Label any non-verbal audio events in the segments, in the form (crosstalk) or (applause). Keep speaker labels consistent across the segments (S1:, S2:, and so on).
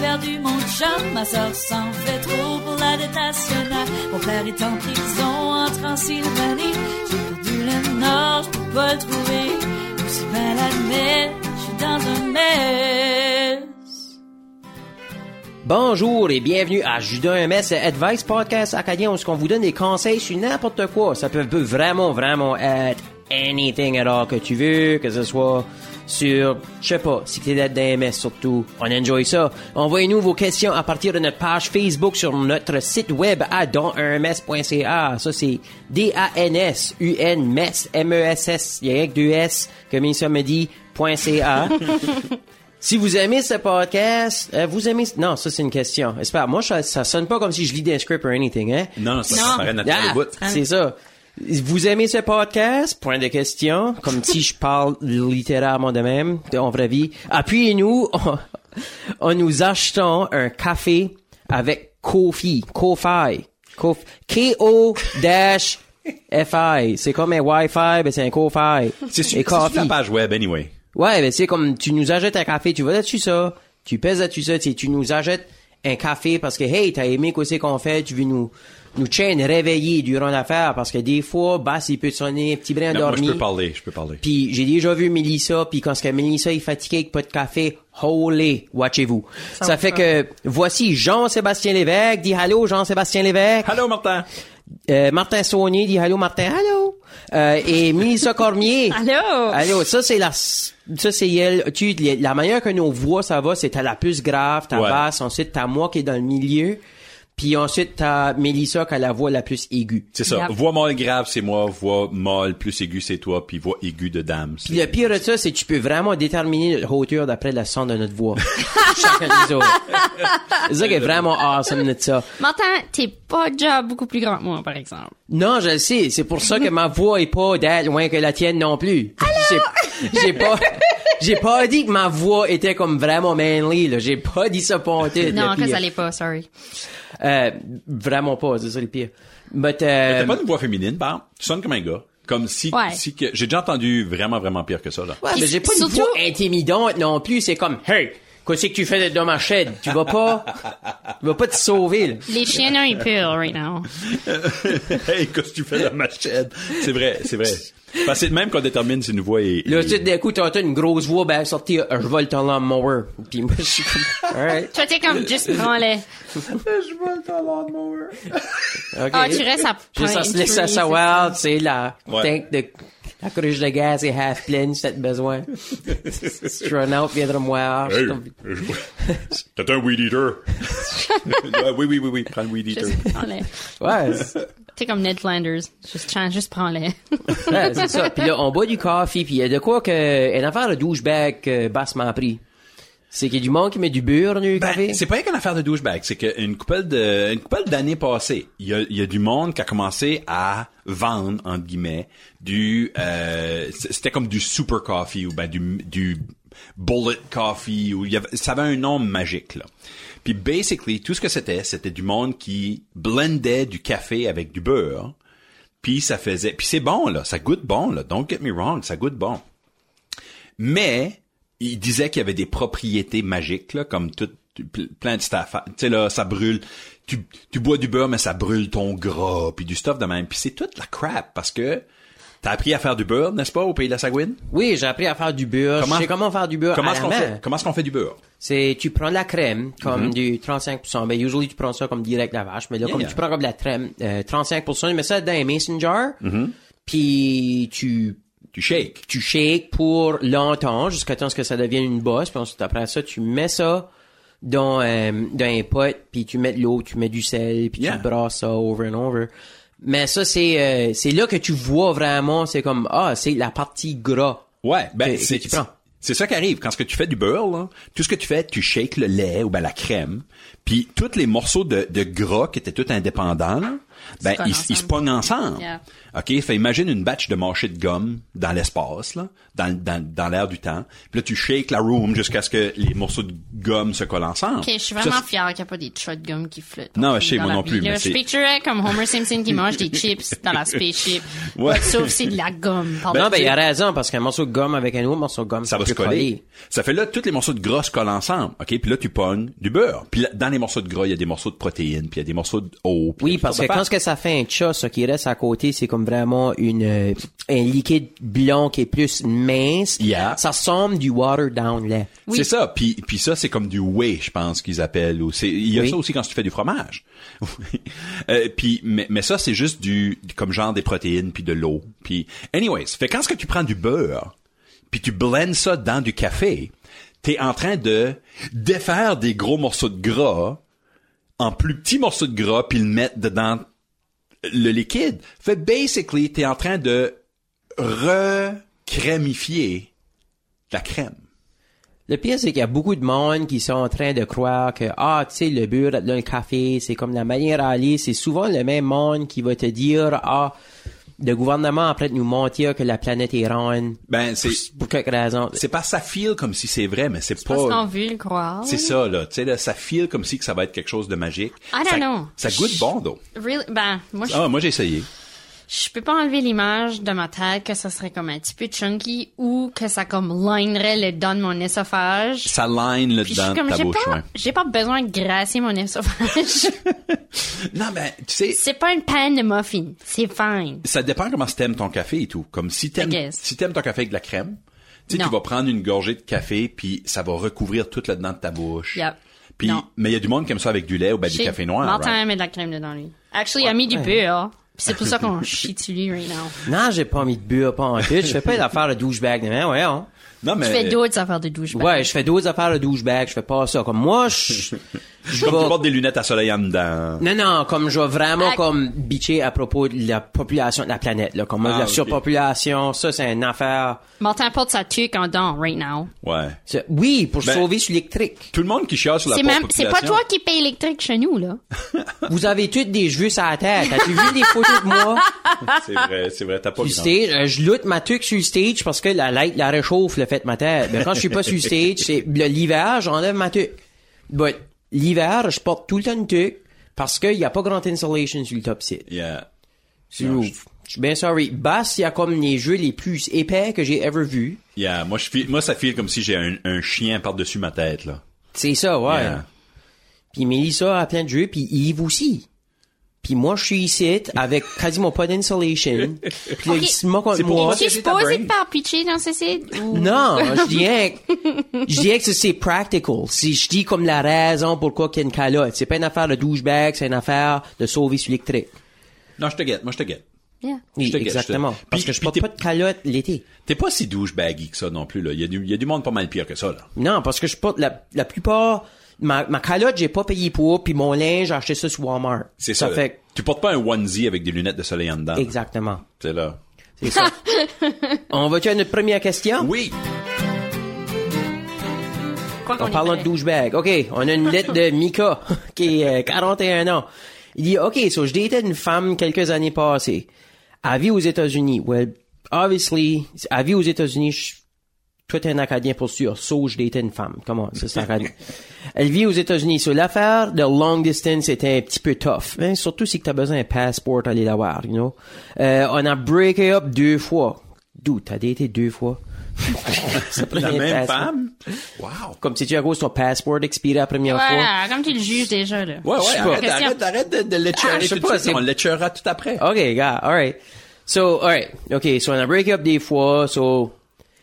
S1: perdu mon chum, ma soeur s'en fait trop pour la dette nationale. Mon frère est en prison en Transylvanie. J'ai perdu le nord, je peux pas le trouver. Je suis malade, mais je suis dans un mess.
S2: Bonjour et bienvenue à Judas MS Advice Podcast Acadien où on vous donne des conseils sur n'importe quoi. Ça peut, peut vraiment, vraiment être anything at all que tu veux, que ce soit sur, je sais pas, si t'es d'être MS surtout. On enjoy ça. Envoyez-nous vos questions à partir de notre page Facebook sur notre site web à dans1ms.ca. Ça, c'est D-A-N-S-U-N, MESS, M-E-S-S, il y a rien que deux E S, comme il se me dit, point .ca. Si vous aimez ce podcast, euh, vous aimez... Non, ça, c'est une question. Espère, moi, ça, ça sonne pas comme si je lis des scripts ou anything, hein?
S3: Non, non, ça
S1: Non.
S3: paraît
S2: Ah,
S3: naturel au bout.
S2: c'est ça. Vous aimez ce podcast? Point de question. Comme si je parle littéralement de même, de- en vraie vie. Appuyez-nous (laughs) en, en nous achetant un café avec Kofi. Kofi. Kof- K-O-F-I. C'est comme un Wi-Fi, mais c'est un Kofi.
S3: (laughs) C'est sur,
S2: Et
S3: c'est sur
S2: Kofi.
S3: la page web, anyway.
S2: Ouais, ben c'est comme tu nous achètes un café, tu vas là-dessus ça, tu pèses là-dessus ça, tu sais, tu nous achètes un café parce que hey, t'as aimé quoi c'est qu'on fait, tu veux nous nous chaîne réveiller durant l'affaire parce que des fois, bah il peut sonner un petit brin
S3: Non, moi, je
S2: endormi.
S3: peux parler, je peux parler.
S2: Puis j'ai déjà vu Melissa, puis quand ce que Melissa est fatiguée avec pas de café, holy, watchez-vous. Ça,
S4: va
S2: fait
S4: pas.
S2: que voici Jean-Sébastien Lévesque, dit hello Jean-Sébastien Lévesque.
S3: Allô, Martin!
S2: Euh, Martin Saunier dit allô Martin, allô. Euh, et Melissa Cormier.
S4: Allô?
S2: (laughs) Allô, oh, ça c'est la ça c'est elle, tu la manière que nos voix ça va, c'est t'as la plus grave, t'as
S3: Ouais.
S2: basse, ensuite t'as moi qui est dans le milieu, puis ensuite t'as Mélissa qui a la voix la plus aiguë.
S3: C'est ça.
S4: Yep.
S3: Voix molle grave, c'est moi. Voix molle plus aiguë, c'est toi. Puis voix aiguë de dame,
S2: Puis le
S3: c'est...
S2: pire de ça, c'est que tu peux vraiment déterminer notre hauteur d'après le son de
S4: (laughs)
S2: notre voix. Chacun de nous autres. C'est ça qui est vraiment awesome de ça.
S4: Martin, t'es pas déjà beaucoup plus grand que moi, par exemple.
S2: Non, je le sais. C'est pour ça que ma voix est pas d'être loin que la tienne non plus. J'ai- J'ai pas, j'ai pas dit que ma voix était comme vraiment manly, là. J'ai pas dit ça pour honte,
S4: Non,
S2: le
S4: en fait,
S2: pire.
S4: ça l'est pas, sorry.
S2: Euh, vraiment pas, c'est ça le pire. But, euh,
S3: T'as pas une voix féminine, par Tu sonnes comme un gars. Comme si...
S4: Ouais.
S3: si que... J'ai déjà entendu vraiment, vraiment pire que ça, là.
S2: ouais, mais j'ai pas une
S4: Surtout-
S2: voix intimidante non plus. C'est comme, hey, qu'est-ce que tu fais dans ma chaîne? Tu vas
S3: (laughs)
S2: pas, tu vas pas te sauver, là.
S4: Les chiens, ils pleurent right now.
S3: (laughs) hey, qu'est-ce que tu fais dans ma chaîne? C'est vrai, c'est vrai. Parce que c'est de même qu'on détermine si une voix est...
S2: Là,
S3: est-
S2: tout d'un coup, t'entends une grosse voix, ben, sortie, euh, je vole ton lawnmower. Puis moi, je suis comme, (laughs) alright.
S4: Toi, t'es comme, juste prends-les.
S2: ok.
S4: Ah, tu restes à
S2: Puis ça se laisse à savoir, tu sais, la tank de, la cruche de gaz est half pleine, si t'as
S3: (laughs)
S2: besoin. Si tu run out, viendra me voir.
S3: Hey,
S2: Je tombe-
S3: je- (laughs) T'es un weed eater. Ouais, oui, oui, oui, oui. Prends le weed eater.
S4: Juste prends-les.
S2: Ouais, c'est-
S4: T'es comme Ned Flanders. Juste, tiens, juste prends-les. (laughs)
S2: ouais, Ah, c'est
S3: (laughs)
S2: ça. Puis là, on boit du café, puis il y a de quoi que, une affaire de douchebag que Bass m'a appris. C'est qu'il y a du monde qui met du beurre dans le café.
S3: Ben, c'est pas rien qu'une affaire de douchebag, c'est qu'une couple de, une couple d'années passées, il y a, il y a du monde qui a commencé à vendre, entre guillemets, du, euh, c- c'était comme du super coffee ou ben du, du bullet coffee ou il y avait- ça avait un nom magique, là. Puis basically, tout ce que c'était, c'était du monde qui blendait du café avec du beurre. Puis ça faisait, puis c'est bon, là, ça goûte bon, là. Don't get me wrong, ça goûte bon. Mais il disait qu'il y avait des propriétés magiques, là, comme tout, tu- pl- plein de stuff. Tu sais, là, ça brûle. Tu, tu bois du beurre, mais ça brûle ton gras, puis du stuff de même. Puis c'est toute la crap, parce que t'as appris à faire du beurre, n'est-ce pas, au pays de la Sagouine?
S2: Oui, j'ai appris à faire du beurre.
S3: Comment-
S2: je sais comment faire du beurre
S3: Comment
S2: Ah, à
S3: est-ce
S2: la
S3: qu'on
S2: main.
S3: fait, comment est-ce qu'on fait du beurre?
S2: C'est, tu prends de la crème, comme du 35%. Ben, usually, tu prends ça comme direct de la vache. Mais là,
S3: Yeah,
S2: comme
S3: yeah.
S2: tu prends comme de la crème, euh, 35%, tu mets ça dans un mason jar.
S3: Mhm.
S2: Puis, tu,
S3: Tu shakes.
S2: tu shakes pour longtemps, jusqu'à temps que ça devienne une bosse. Puis ensuite, après ça, tu mets ça dans, euh, dans un pot, puis tu mets de l'eau, tu mets du sel, puis
S3: Yeah.
S2: tu brasses ça over and over. Mais ça, c'est, euh, c'est là que tu vois vraiment, c'est comme, ah, c'est la partie gras.
S3: Ouais, ben
S2: Que-
S3: c'est
S2: que tu prends.
S3: C'est ça qui arrive quand ce que tu fais du beurre là, tout ce que tu fais, tu shakes le lait ou ben la crème, puis tous les morceaux de, de gras qui étaient tout indépendants là, ben,
S4: se pognent
S3: ils, ils se
S4: ensemble.
S3: pognent ensemble.
S4: Yeah.
S3: OK? Fait imagine une batch de mâchée de gomme dans l'espace, là, dans, dans, dans l'air du temps. Puis là, tu shakes la room jusqu'à ce que les morceaux de gomme se collent ensemble.
S4: Ok, je suis
S3: Ça,
S4: vraiment fière qu'il n'y a pas des shotguns qui flottent.
S3: Non,
S4: dans
S3: je sais, moi
S4: la
S3: non
S4: vie,
S3: plus,
S4: là.
S3: mais
S4: je
S3: c'est-
S4: picturais comme Homer Simpson
S3: (laughs)
S4: qui mange des chips dans la spaceship.
S3: Ouais.
S4: Sauf si c'est de la gomme.
S2: non, ben, il a raison, parce qu'un morceau de gomme avec un autre morceau de gomme,
S3: ça va
S2: peut
S3: se coller. Ça fait là, tous les morceaux de gras se collent ensemble, OK? Puis là, tu pognes du beurre. Puis là, dans les morceaux de gras, il y a des morceaux de protéines, puis il y a des morceaux d'eau. puis il y
S2: Oui,
S3: a toutes
S2: parce que
S3: sortes
S2: quand
S3: d'affaires.
S2: ce que ça fait un chat, ce qui reste à côté, c'est comme vraiment une euh, un liquide blanc qui est plus mince.
S3: Yeah.
S2: Ça ressemble du water down là.
S4: Oui.
S3: C'est ça. Puis, puis ça, c'est comme du whey, je pense qu'ils appellent. Ou c'est, il y a
S2: Oui.
S3: ça aussi quand tu fais du fromage. (laughs) Oui. Euh, puis, mais, mais ça, c'est juste du, du- comme genre des protéines puis de l'eau. Puis, anyways, fait quand ce que tu prends du beurre, puis tu blends ça dans du café, t'es en train de défaire des gros morceaux de gras en plus petits morceaux de gras puis le mettre dedans le liquide. Fait basically, t'es en train de recrémifier la crème.
S2: Le pire, c'est qu'il y a beaucoup de monde qui sont en train de croire que, ah, tu sais, le beurre dans le café, c'est comme la manière à aller. C'est souvent le même monde qui va te dire, ah, le gouvernement après de nous mentir que la planète est ronde.
S3: Ben, c'est,
S2: Pour quelque raison.
S3: c'est pas, ça feel comme si c'est vrai, mais c'est
S4: Parce qu'on
S3: pas,
S4: veut le croire.
S3: c'est ça, là, tu sais, là, ça feel comme si que ça va être quelque chose de magique.
S4: I don't
S3: ça,
S4: know.
S3: Ça goûte bon, donc.
S4: Really? Ben, moi, je,
S3: Ah, moi, j'ai essayé.
S4: je peux pas enlever l'image de ma tête que ça serait comme un petit peu chunky ou que ça comme linerait le dedans de mon œsophage.
S3: Ça line le
S4: Puis je suis
S3: dedans de
S4: comme,
S3: ta
S4: j'ai
S3: bouche,
S4: pas,
S3: ouais.
S4: j'ai pas besoin de grasser mon (laughs) œsophage.
S3: Non, mais, tu sais,
S4: c'est pas une panne de muffin. C'est fine.
S3: ça dépend comment tu t'aimes ton café et tout. Comme si
S4: I
S3: t'aimes,
S4: guess.
S3: si t'aimes ton café avec de la crème, tu sais,
S4: Non.
S3: tu vas prendre une gorgée de café puis ça va recouvrir tout le dedans de ta bouche.
S4: Yep.
S3: Puis,
S4: Non.
S3: mais il y a du monde qui aime ça avec du lait ou ben, du
S4: Shit.
S3: café noir.
S4: Martin
S3: right?
S4: met de la crème dedans, lui. Actually, il a mis du beurre. hein. Puis c'est pour ça
S3: (laughs)
S4: qu'on chie dessus lui right now.
S2: Non, j'ai pas mis de beurre, pas en tout. Je fais pas d'affaires de douchebag. Mais ouais, hein.
S3: Non, mais.
S4: Je fais d'autres affaires de douche.
S2: Ouais, je fais d'autres affaires de douchebag. Je fais pas ça. Comme moi, je, je
S3: Comme tu
S2: vais-
S3: portes des lunettes à soleil en dedans.
S2: Non, non, comme je vais vraiment
S4: Ah.
S2: comme bitcher à propos de la population de la planète. Là. Comme moi,
S3: Ah,
S2: la
S3: ok.
S2: surpopulation, ça, c'est une affaire.
S4: Martin porte sa tuque en dents right now.
S3: Ouais.
S2: C'est- Oui, pour
S3: Ben-
S2: sauver sur l'électrique.
S3: Tout le monde qui chiale sur la
S4: C'est
S3: pauvre
S4: même, c'est pas
S3: population-
S4: toi qui paye électrique chez nous, là.
S2: Vous avez toutes des cheveux sur la tête. As-tu vu des photos de
S3: (laughs)
S2: moi?
S3: C'est vrai, c'est vrai, t'as pas
S2: Sur le
S3: grand-
S2: stage, Euh, je lutte ma tuque sur le stage parce que la light la réchauffe le fait de ma tête. Mais quand je suis pas sur le stage, c'est le- l'hiver, j'enlève ma tuque. But l'hiver, je porte tout le temps une tuque parce qu'il n'y a pas grand insulation sur le top site.
S3: Yeah.
S2: Je je suis bien sorry. Bass, il y a comme les jeux les plus épais que j'ai ever vus.
S3: Yeah, moi, je feel- moi, ça file comme si j'ai un, un chien par-dessus ma tête, là.
S2: C'est ça, ouais.
S3: Yeah.
S2: Puis Mélissa a plein de jeux, puis Yves aussi. Puis moi, je suis ici avec quasiment pas d'insulation. Puis là,
S4: Ok.
S2: il se moque contre
S3: C'est pour
S2: moi.
S3: toi
S4: Tu es
S3: c'est ta
S4: supposé
S3: brain.
S4: de faire pitcher dans ce site? Ou-
S2: Non, je dis rien que- je dis rien que c'est- c'est practical. Si je dis comme la raison pourquoi qu'il y a une calotte, c'est pas une affaire de douchebag, c'est une affaire de sauver sur l'électrique.
S3: Non, je te guette, moi, je te guette.
S4: Yeah.
S2: Oui,
S3: te guette, je te-
S2: exactement.
S3: Puis-
S2: Parce que je
S3: puis
S2: porte
S3: t'es-
S2: pas de calotte l'été.
S3: T'es pas si douchebaggy que ça non plus, là. Il y, a du- il y a du monde pas mal pire que ça, là.
S2: Non, parce que je porte la, la plupart, ma, ma calotte, j'ai pas payé pour, puis mon linge, j'ai acheté ça sur Walmart.
S3: C'est ça. là.
S2: fait
S3: Tu portes pas un onesie avec des lunettes de soleil en dedans. là.
S2: exactement.
S3: C'est là.
S2: C'est ça. On va-tu à notre première question?
S3: Oui!
S4: Quoi qu'on
S2: En
S4: y
S2: parlant de
S4: paraît.
S2: douchebag. OK, on a une
S4: (laughs)
S2: lettre de Mika, (laughs) qui euh, a 41 ans. Il dit, OK, so je datais une femme quelques années passées. Elle vit aux États-Unis. Well, obviously, elle vit aux États-Unis. je- Toi, t'es un Acadien pour sûr. So, je datais une femme. Comment? Ça,
S4: (laughs)
S2: c'est Acadien. Elle vit aux États-Unis. So, l'affaire de long distance était un petit peu tough. hein, surtout si t'as besoin d'un passeport à aller l'avoir, you know. Euh, on a breaké up deux fois. D'où? T'as daté
S4: (laughs)
S2: deux fois? Ça prenait
S3: La
S2: un
S3: même
S2: passeport.
S3: femme? Wow!
S2: Comme si tu as cause ton passeport expiré la première fois.
S4: Voilà, comme tu le juges déjà, là.
S3: Ouais,
S2: Je sais
S3: ouais,
S2: pas.
S3: arrête,
S4: Question.
S3: arrête, arrête de, de
S2: Ah,
S3: l'étiorer
S2: je sais
S3: tout
S2: pas,
S3: de suite.
S2: c'est- Ah,
S3: On l'étiorera tout après.
S2: OK, gars, alright. So, alright. OK, so on a break up des fois, so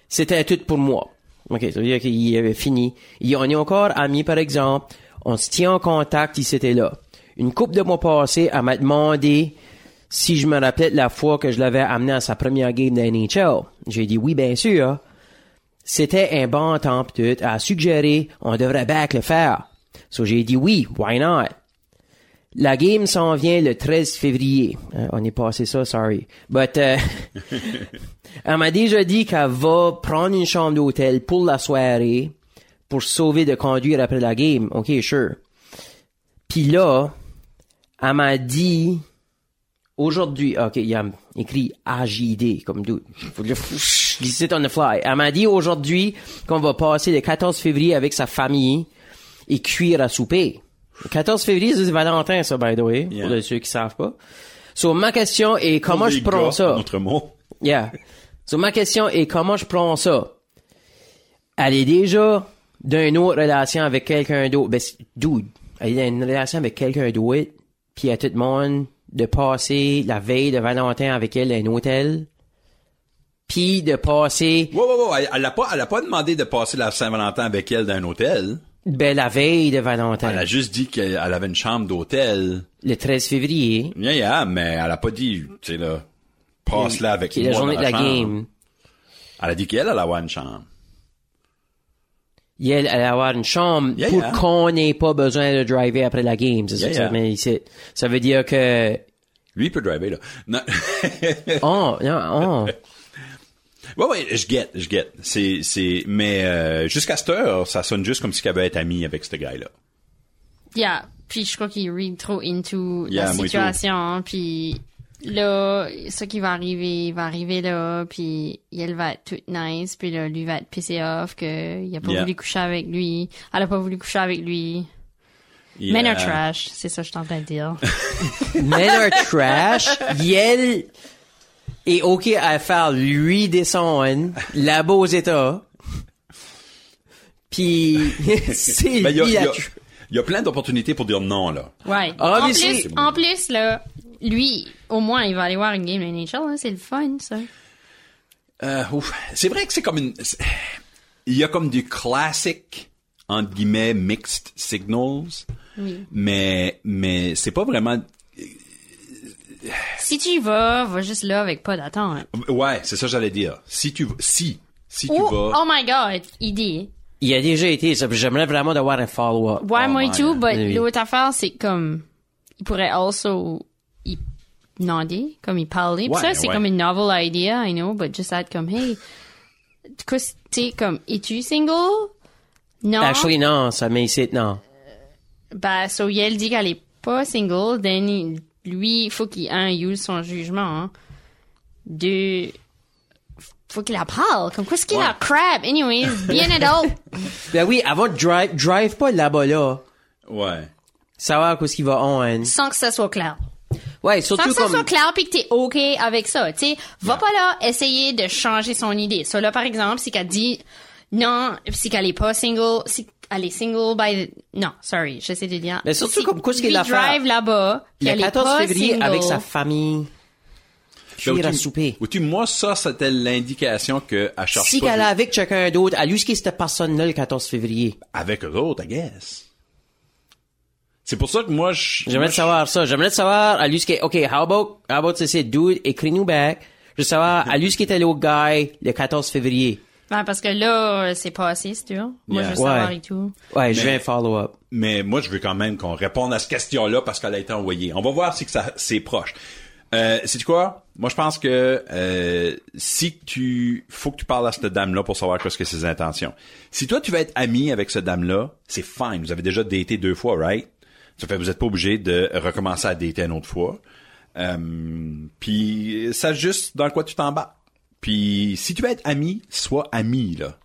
S2: c'était tout pour moi. OK, ça veut dire qu'il avait fini. Il- on est encore amis, par exemple. On se tient en contact, il s'était là. Une couple de mois passés, elle m'a demandé si je me rappelais de la fois que je l'avais amené à sa première game de NHL. J'ai dit oui, bien sûr. C'était un bon temps, pis tout. Elle a suggéré, on devrait back le faire. So j'ai dit oui, why not? La game s'en vient le 13 février. Euh, on est passé ça, sorry. But, euh, (laughs) elle m'a déjà dit qu'elle va prendre une chambre d'hôtel pour la soirée pour se sauver de conduire après la game. Ok, sure. Puis là, elle m'a dit Aujourd'hui, OK, il y a écrit AJD, comme d'où. Faut le glisser on the fly. Elle m'a dit aujourd'hui qu'on va passer le 14 février avec sa famille et cuire à souper. Le 14 février, c'est Valentin, ça, by the way,
S3: Yeah.
S2: pour ceux qui savent pas. So, ma question est comment
S3: Les
S2: je prends
S3: gars,
S2: ça?
S3: Notre mot.
S2: Yeah. So, ma question est comment je prends ça? Elle est déjà dans une autre relation avec quelqu'un d'autre. Ben, c'est- dude, elle est dans une relation avec quelqu'un d'autre, puis à tout le monde de passer la veille de Valentin avec elle à un hôtel, puis de passer,
S3: Ouais, ouais, ouais. Elle, elle a pas, elle a pas demandé de passer la Saint-Valentin avec elle dans un hôtel.
S2: ben, la veille de Valentin,
S3: Elle a juste dit qu'elle elle avait une chambre d'hôtel.
S2: le 13 février,
S3: Yeah, yeah, mais elle a pas dit, tu sais, là, passe là avec
S2: qui est
S3: moi
S2: la journée
S3: dans
S2: de la
S3: chambre.
S2: game.
S3: Elle a dit qu'elle, elle allait avoir une chambre.
S2: Il allait avoir une chambre
S3: Yeah,
S2: pour
S3: yeah.
S2: qu'on n'ait pas besoin de driver après la game. C'est ça
S3: Yeah,
S2: que ça
S3: yeah.
S2: veut dire. Ça veut dire
S3: (laughs)
S2: que...
S3: Lui, il peut driver, là. Non. (laughs)
S2: Oh, non, oh.
S3: ouais, ouais, je guette, je guette. C'est, c'est, mais, euh, jusqu'à cette heure, ça sonne juste comme si qu'elle veut être amie avec ce gars-là.
S4: Yeah. Puis je crois qu'il read trop into
S3: Yeah,
S4: la
S3: moi
S4: situation. Puis là, ce qui va arriver, va arriver là. Puis elle va être toute nice. Puis là, lui va être pissé off qu'il a pas
S3: Yeah.
S4: voulu coucher avec lui. Elle a pas voulu coucher avec lui.
S3: Yeah.
S4: Men are trash. C'est ça que je suis en train de
S3: (laughs)
S4: dire.
S2: Men are trash. Yel est OK à faire lui descendre là-bas aux États. Puis, (laughs) c'est
S3: Ben, il y a,
S2: lui
S3: il y
S2: la
S3: a-
S2: tr-
S3: il y a plein d'opportunités pour dire non, là.
S4: Ouais.
S2: Ah,
S4: en,
S2: mais
S4: plus,
S2: c'est-
S4: en plus, là, lui, au moins, il va aller voir une game de NHL. hein. C'est le fun, ça.
S3: Euh, ouf. C'est vrai que c'est comme une. c'est- Il y a comme du classic entre guillemets mixed signals,
S4: Oui.
S3: mais mais c'est pas vraiment.
S4: Si tu y vas, va juste là avec pas d'attente.
S3: Ouais, c'est ça que j'allais dire. Si tu si si tu
S4: Oh,
S3: vas.
S4: oh my god, il dit.
S2: Il a déjà été, ça, puis j'aimerais vraiment d'avoir un follow-up.
S4: Ouais, moi et
S3: my
S4: tout,
S3: God.
S4: but
S2: Oui.
S4: l'autre affaire, c'est comme, il pourrait also, il demander, comme il parlait. Puis
S3: Ouais,
S4: ça, c'est
S3: ouais.
S4: comme une novel idea, I know, but just être comme, hey, qu'est-ce que t'es comme, es-tu single? Non.
S2: Ben, Actually, non, ça m'incite, non.
S4: Bah, so Yel dit qu'elle est pas single, then il- lui, il faut qu'il, un, use son jugement. hein. Deux, faut qu'il la parle. Comme, qu'est-ce qu'il a crap? Anyways, be an
S2: (laughs)
S4: adult.
S2: Ben oui, avant de drive, drive pas là-bas, là.
S3: Ouais.
S2: Savoir qu'est-ce qu'il va on.
S4: Sans que ça soit clair.
S2: Ouais,
S4: Sans
S2: surtout
S4: que ça
S2: comme...
S4: soit clair puis que t'es OK avec ça. Tu sais, va pas là essayer de changer son idée. Ça, là, par exemple, c'est qu'elle dit non, si qu'elle est pas single, si elle est single by... the- Non, sorry, j'essaie de dire...
S2: Mais surtout
S4: Si
S2: comme quoi ce
S4: lui
S2: qu'il a fait.
S4: drive là-bas, puis
S2: le
S4: elle est
S2: 14
S4: pas
S2: février,
S4: single.
S2: avec sa famille, cuire à souper.
S3: Ou Ben, tu moi ça c'était l'indication que à cherche
S2: Si
S3: pas
S2: qu'elle est
S3: juste
S2: avec quelqu'un d'autre, à lui, ce qui cette personne-là le 14 février.
S3: avec eux autres, I guess. C'est pour ça que moi je. moi,
S2: J'aimerais
S3: je-
S2: savoir ça. J'aimerais savoir à lui ce qui est, OK, how about, how about, c'est dude, écris-nous back. Je veux savoir à lui ce qui était l'autre guy le 14 février.
S4: Ouais, parce que là, euh, c'est passé, c'est dur. Moi,
S3: Yeah.
S4: je veux savoir
S2: Ouais.
S4: et tout.
S2: Ouais, je
S3: Mais-
S2: vais un follow-up.
S3: mais moi je veux quand même qu'on réponde à cette question-là parce qu'elle a été envoyée. On va voir si que ça c'est proche. Euh, c'est quoi Moi je pense que euh, si tu faut que tu parles à cette dame là pour savoir qu'est-ce que ses intentions. Si toi tu veux être ami avec cette dame là, c'est fine. Vous avez déjà daté deux fois, right Ça fait que vous êtes pas obligé de recommencer à dater une autre fois. Euh, puis ça juste dans quoi tu t'embarques. Puis si tu veux être ami, sois ami là.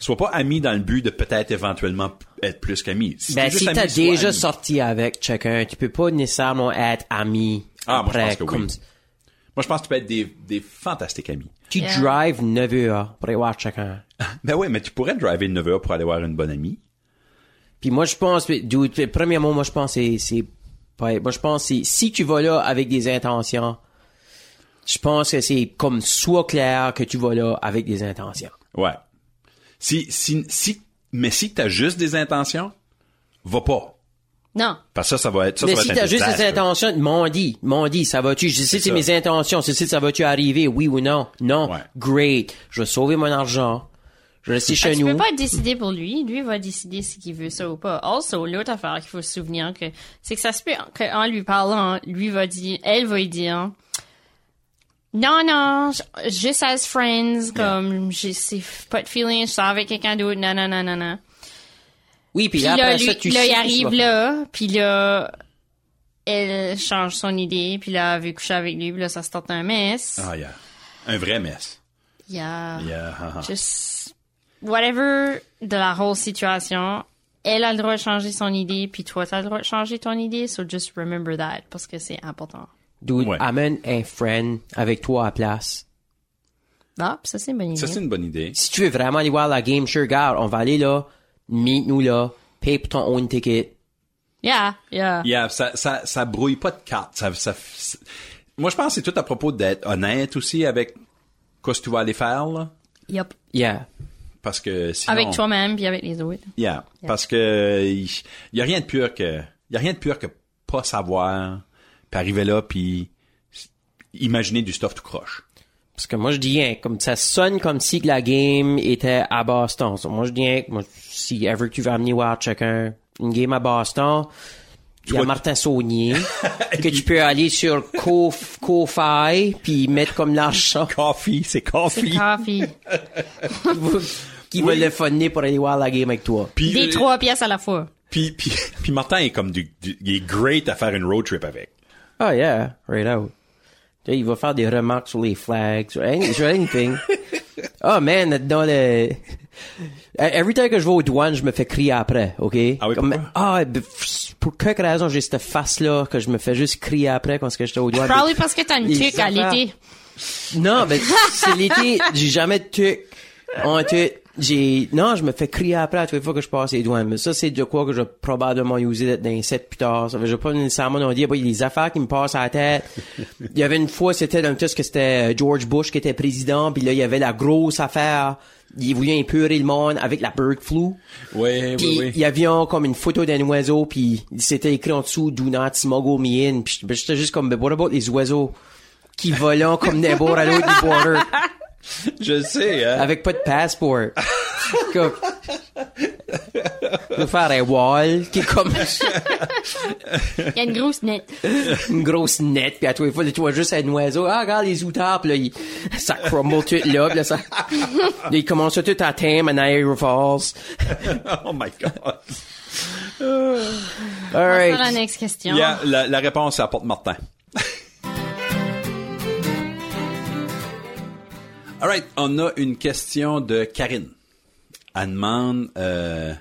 S3: Sois pas ami dans le but de peut-être éventuellement être plus qu'ami. Si
S2: Ben,
S3: t'es juste
S2: si
S3: ami,
S2: t'as
S3: sois
S2: déjà
S3: ami.
S2: sorti avec quelqu'un, tu peux pas nécessairement être ami.
S3: Ah, moi, je
S2: après,
S3: pense que oui.
S2: comme,
S3: Moi, je pense que tu peux être des, des fantastiques amis.
S2: tu
S4: Yeah.
S2: drives 9 heures pour aller voir quelqu'un.
S3: Ben oui, mais tu pourrais driver le 9h pour aller voir une bonne amie.
S2: Puis moi, je pense, du, premièrement, moi, je pense, c'est, c'est, ouais, moi, je pense, c'est, si tu vas là avec des intentions, je pense que c'est comme soit clair que tu vas là avec des intentions.
S3: Ouais. Si, si, si, mais si t'as juste des intentions, va pas.
S4: Non.
S3: Parce que ça, ça va être, ça,
S2: mais
S3: ça va
S2: si
S3: être un
S2: t'as juste des
S3: désastre.
S2: intentions, m'en dis, m'en dis, ça va-tu? Je sais, c'est mes intentions. Je sais, ça va-tu arriver, oui ou non? Non.
S3: Ouais.
S2: Great. Je vais sauver mon argent. Je vais rester
S4: Ah,
S2: chez
S4: tu
S2: nous.
S4: peux pas décider pour lui. Lui va décider si qu'il veut ça ou pas. Also, l'autre affaire qu'il faut se souvenir que, c'est que ça se peut qu'en lui parlant, lui va dire, elle va lui dire, non, non, j- juste as friends, comme, j'ai, c'est pas de feeling, je sors avec quelqu'un d'autre, non, non, non, non, non.
S2: Oui, puis
S4: Puis
S2: là,
S4: là,
S2: après
S4: lui,
S2: ça, tu
S4: là,
S2: sais
S4: il
S2: ce que tu
S4: arrive
S2: vas faire.
S4: là, puis là, elle change son idée, puis là, elle veut coucher avec lui, puis là, ça se tente un mess.
S3: Ah, yeah. Un vrai mess.
S4: Yeah.
S3: Yeah. ah, ah.
S4: Just whatever de la whole situation. Elle a le droit de changer son idée, puis toi, t'as le droit de changer ton idée. So just remember that, parce que c'est important.
S2: Dude,
S3: Ouais.
S2: amène un friend avec toi à place.
S4: Ah, puis ça, c'est une bonne idée.
S3: Ça, c'est une bonne idée.
S2: Si tu veux vraiment aller voir la game, sure, regarde, on va aller là, meet nous là, paye pour ton own ticket.
S4: Yeah, yeah.
S3: Yeah, ça, ça, ça brouille pas de cartes. Ça, ça, c'est- Moi, je pense que c'est tout à propos d'être honnête aussi avec quoi ce que tu vas aller faire, là.
S4: Yep.
S2: Yeah.
S3: Parce que sinon...
S4: Avec toi-même, puis avec les autres.
S3: Yeah. Parce que il y a rien de pur que il y a rien de pur que pas savoir, puis arriver là puis s- imaginer du stuff tout croche.
S2: Parce que moi, je dis rien. Comme ça sonne comme si que la game était à Boston. So, moi, je dis rien. que Moi, si ever tu veux amener voir chacun une game à Boston, il y a
S3: vois-
S2: Martin Saunier, que tu peux aller sur ko Ko-Fi, puis mettre comme l'argent
S3: Coffee, c'est
S4: C'est
S3: coffee. (laughs)
S4: coffee.
S2: qui va le funner pour aller voir la game avec toi.
S3: Puis,
S4: Des
S3: euh,
S4: trois pièces à la fois.
S3: puis, puis, puis Martin est comme du, du- il est great à faire une road trip avec.
S2: Oh yeah, right out. Tu sais, il va faire des remarques sur les flags, sur, any- sur
S3: (laughs)
S2: anything. oh man, dans le... e, Every time que je vais aux douanes, je me fais crier après, ok?
S3: Ah oui, pourquoi?
S2: ah, b- f- pour quelque raison, j'ai cette face-là que je me fais juste crier après quand j'étais aux douanes.
S4: Probably parce que t'as une
S2: Les
S4: tuque à
S2: affaires.
S4: l'été.
S2: Non, mais c'est l'été, j'ai jamais de truc. En tout, j'ai, non, je me fais crier après à toutes les fois que je passe les douanes. Mais ça, c'est de quoi que je vais probablement user d'être dans les sept plus tard. Ça veut dire pas nécessairement on dit, bah, il y a des affaires qui me passent à la tête. Il y avait une fois, c'était dans le test que c'était euh, George Bush qui était président, puis là, il y avait la grosse affaire. Il voulait impuré le monde avec la bird flu.
S3: Eh Oui,
S2: Puis il y avait un- comme une photo d'un oiseau, puis c'était écrit en dessous Do not smuggle me in. Puis j'étais- j'étais juste comme, mais what about les oiseaux
S3: (laughs)
S2: qui volent comme des bords à l'autre du border
S3: Je sais, hein.
S2: avec pas de passeport. comme... De faire un wall qui est
S3: (laughs)
S2: comme
S4: Il y a une grosse nette.
S2: une grosse nette, puis à tous les fois, tu vois juste un oiseau, ah, regarde les outards, puis là, il- ça crumble tout là, puis là, ça... il commence tout à thème à Niagara Falls.
S3: (laughs) Oh my god.
S2: All
S4: Pour la
S2: right.
S4: next question.
S3: Yeah, la, la réponse, c'est à Porte-Martin. All right, on a une question de Karine. Elle demande, euh,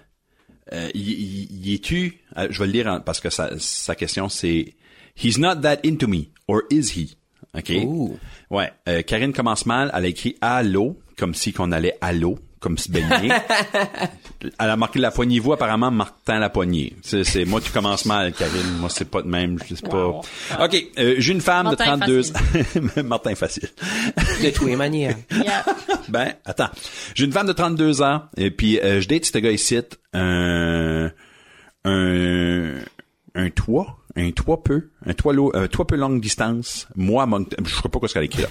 S3: euh, y- y y es-tu, euh, je vais le lire en- parce que sa, sa question c'est, He's not that into me, or is he? OK.
S2: Ooh.
S3: Ouais, euh, Karine commence mal, elle a écrit allô, comme si qu'on allait à l'eau, comme se baigner.
S4: (laughs)
S3: Elle a marqué la poignée vous apparemment Martin la poignée. C'est, c'est moi tu commences mal Karine, moi c'est pas de même, je sais pas.
S4: Wow.
S3: OK, euh, j'ai une femme
S4: Martin
S3: de 32 ans. (laughs) Martin facile.
S2: De tous les manières.
S4: Yeah.
S3: (laughs) Ben attends, j'ai une femme de 32 ans et puis euh, je date ce gars ici un un un toit, un toit peu, un toit lo- un toit peu longue distance. Moi Moncton, je sais pas quoi ce qu'elle a
S2: (laughs)
S3: écrit là.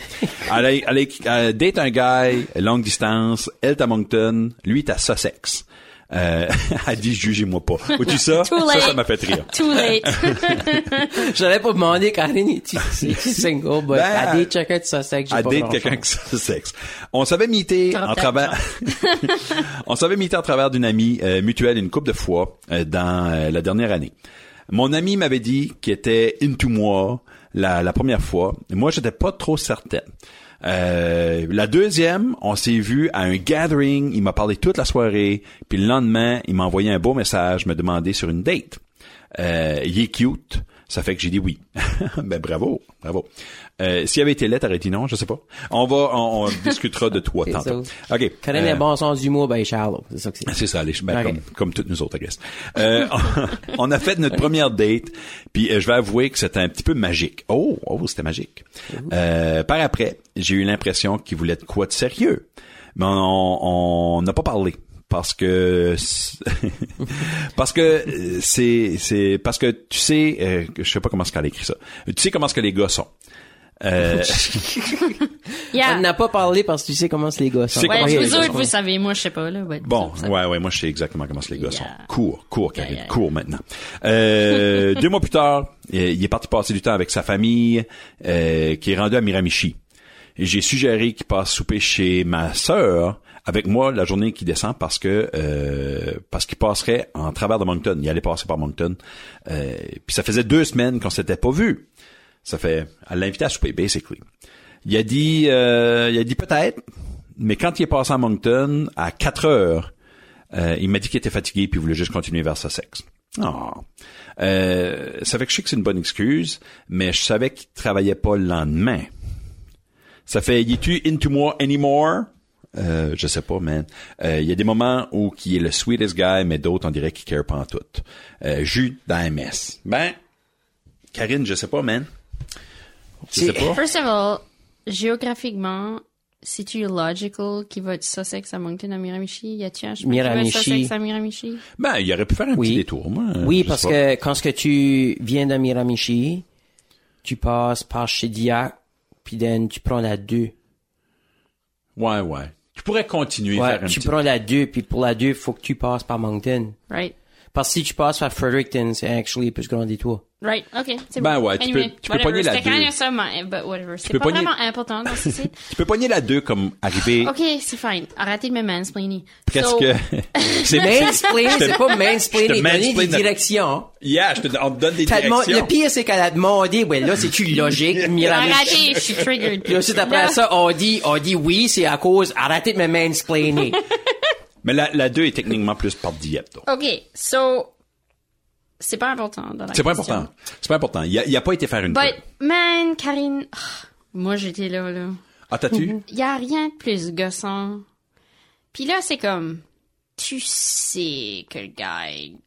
S3: elle, a- elle a écrit- elle date un gars longue distance, elle est à Moncton, lui est à Sussex. Euh, (laughs) elle dit jugez-moi pas.
S2: (laughs)
S3: Ou tu ça,
S4: Too
S3: ça ça
S4: late.
S3: m'a fait rire.
S4: Too
S3: (laughs)
S4: late.
S2: J'allais pas demander, Karine, es-tu es-tu single, but
S3: Ben,
S2: à date chacun de ça, c'est que j'ai
S3: à
S2: pas
S3: date
S2: grand-chose.
S3: quelqu'un qui se sexe. On s'avait mité
S4: T'auras
S3: en
S4: peut-être
S3: travers On s'avait mité en travers d'une amie euh, mutuelle une couple de fois euh, dans euh, la dernière année. Mon ami m'avait dit qu'il était into moi la, la première fois. Moi, j'étais pas trop certaine. Euh, la deuxième, on s'est vu à un gathering. Il m'a parlé toute la soirée. Puis le lendemain, il m'a envoyé un beau message, me demander sur une date. Euh, il est cute. Ça fait que j'ai dit oui. (laughs) ben bravo, bravo. Euh, S'il avait été laid, t'aurais dit non, je sais pas. On va, on, on discutera de toi
S2: (laughs) C'est
S3: tantôt.
S2: ça.
S3: Ok.
S2: Quand elle a
S3: euh,
S2: un bon sens d'humour, ben, il est shallow. C'est ça que c'est.
S3: c'est ça, les ben,
S2: Ok.
S3: comme, comme toutes nous autres, I guess. Euh, (laughs) on a fait notre première date, puis euh, je vais avouer que c'était un petit peu magique. Oh, oh, c'était magique. Euh, par après, j'ai eu l'impression qu'il voulait de quoi de sérieux, mais on on n'a pas parlé parce que (laughs) c'est- parce que euh, c'est c'est parce que tu sais, euh, que- je sais pas comment est-ce qu'elle a écrit ça. Tu sais comment est-ce que les gars sont. Euh,
S2: On
S4: Yeah.
S2: n'a pas parlé parce que tu sais comment c'est les gars.
S3: sais
S4: Ouais,
S3: comment
S4: je
S3: ça
S4: vous
S3: se
S4: autres, vous savez, moi, je sais pas, là. ouais,
S3: Bon,
S4: ça- ça-
S3: ouais, ouais, moi je sais exactement comment les gars sont.
S4: Yeah.
S3: Cours, cours, Karine,
S4: yeah, yeah.
S3: cours maintenant. Euh, deux mois plus tard, euh, il est parti passer du temps avec sa famille, euh, qui est rendu à Miramichi. Et j'ai suggéré qu'il passe souper chez ma sœur avec moi la journée qui descend parce que euh, parce qu'il passerait en travers de Moncton. Il allait passer par Moncton. Euh, puis ça faisait deux semaines qu'on s'était pas vu. Ça fait, elle l'invitait à souper, basically. Il a dit, euh, il a dit peut-être, mais quand il est passé à Moncton, à 4 heures, euh, il m'a dit qu'il était fatigué puis il voulait juste continuer vers sa sexe. Oh. Euh, ça fait que je sais que c'est une bonne excuse, mais je savais qu'il travaillait pas le lendemain. Ça fait, il est-tu into moi anymore? Euh, je sais pas, man. Euh, Il y a des moments où qui est le sweetest guy, mais d'autres, on dirait qu'il care pas en tout. Euh, jus dans MS. Ben, Karine, je sais pas, man. Je sais
S2: C'est-
S3: pas.
S4: First of all, géographiquement, c'est-tu logical qu'il va de Sussex à Moncton à Miramichi? Y a-tu un chemin qui va de
S2: Miramichi.
S4: Sussex à Miramichi?
S3: Ben, il aurait pu faire un
S2: Oui.
S3: petit détour, moi.
S2: Oui,
S3: Je
S2: parce
S3: sais pas.
S2: que quand ce que tu viens de Miramichi, tu passes par chez Dia, puis then tu prends la 2.
S3: Ouais, ouais. Tu pourrais continuer
S2: Ouais,
S3: faire un
S2: tu
S3: petit...
S2: prends la 2, puis pour la 2, faut que tu passes par Moncton.
S4: Right.
S2: Parce que si tu passes par Fredericton, c'est actually plus grand des tours.
S4: Right, ok, c'est
S3: Ben
S4: bon.
S3: ouais, tu
S4: Anyway,
S3: peux- tu peux
S4: whatever,
S3: pogner la
S4: c'était quand
S3: deux.
S4: même ça, mais- but whatever. C'est
S3: peux
S4: pas
S3: pogner-
S4: vraiment important dans ce
S3: (laughs)
S4: site.
S3: Tu peux pogner la 2 comme arriver
S4: Ok, c'est fine. Arrêtez de me mansplainer. So-
S3: presque... (laughs) c'est
S2: Mansplainer, c'est pas
S3: je
S2: mansplainer,
S3: te
S2: donner des
S3: mansplain-
S2: directions.
S3: Yeah, je te, on te donne des
S2: T'as demandé- Le
S3: directions.
S2: pire, c'est qu'elle a demandé, ouais, là,
S3: (laughs)
S2: c'est-tu logique, Miramichi?
S4: Arrêtez, je suis triggered.
S2: Puis ensuite, après
S4: Là-
S2: ça, on dit, on dit oui, c'est à cause, arrêtez de me mansplainer.
S3: (laughs) Mais la, la 2 est techniquement plus par Dieppe, donc.
S4: Ok, so. C'est pas important dans la
S3: C'est pas
S4: question.
S3: important. C'est pas important. Il a, il a pas été faire une
S4: But,
S3: queue.
S4: man, Karine. ah, moi, j'étais là, là.
S3: Ah, t'as-tu?
S4: Y a rien de plus gossant. Puis là, c'est comme. Tu sais que le gars. il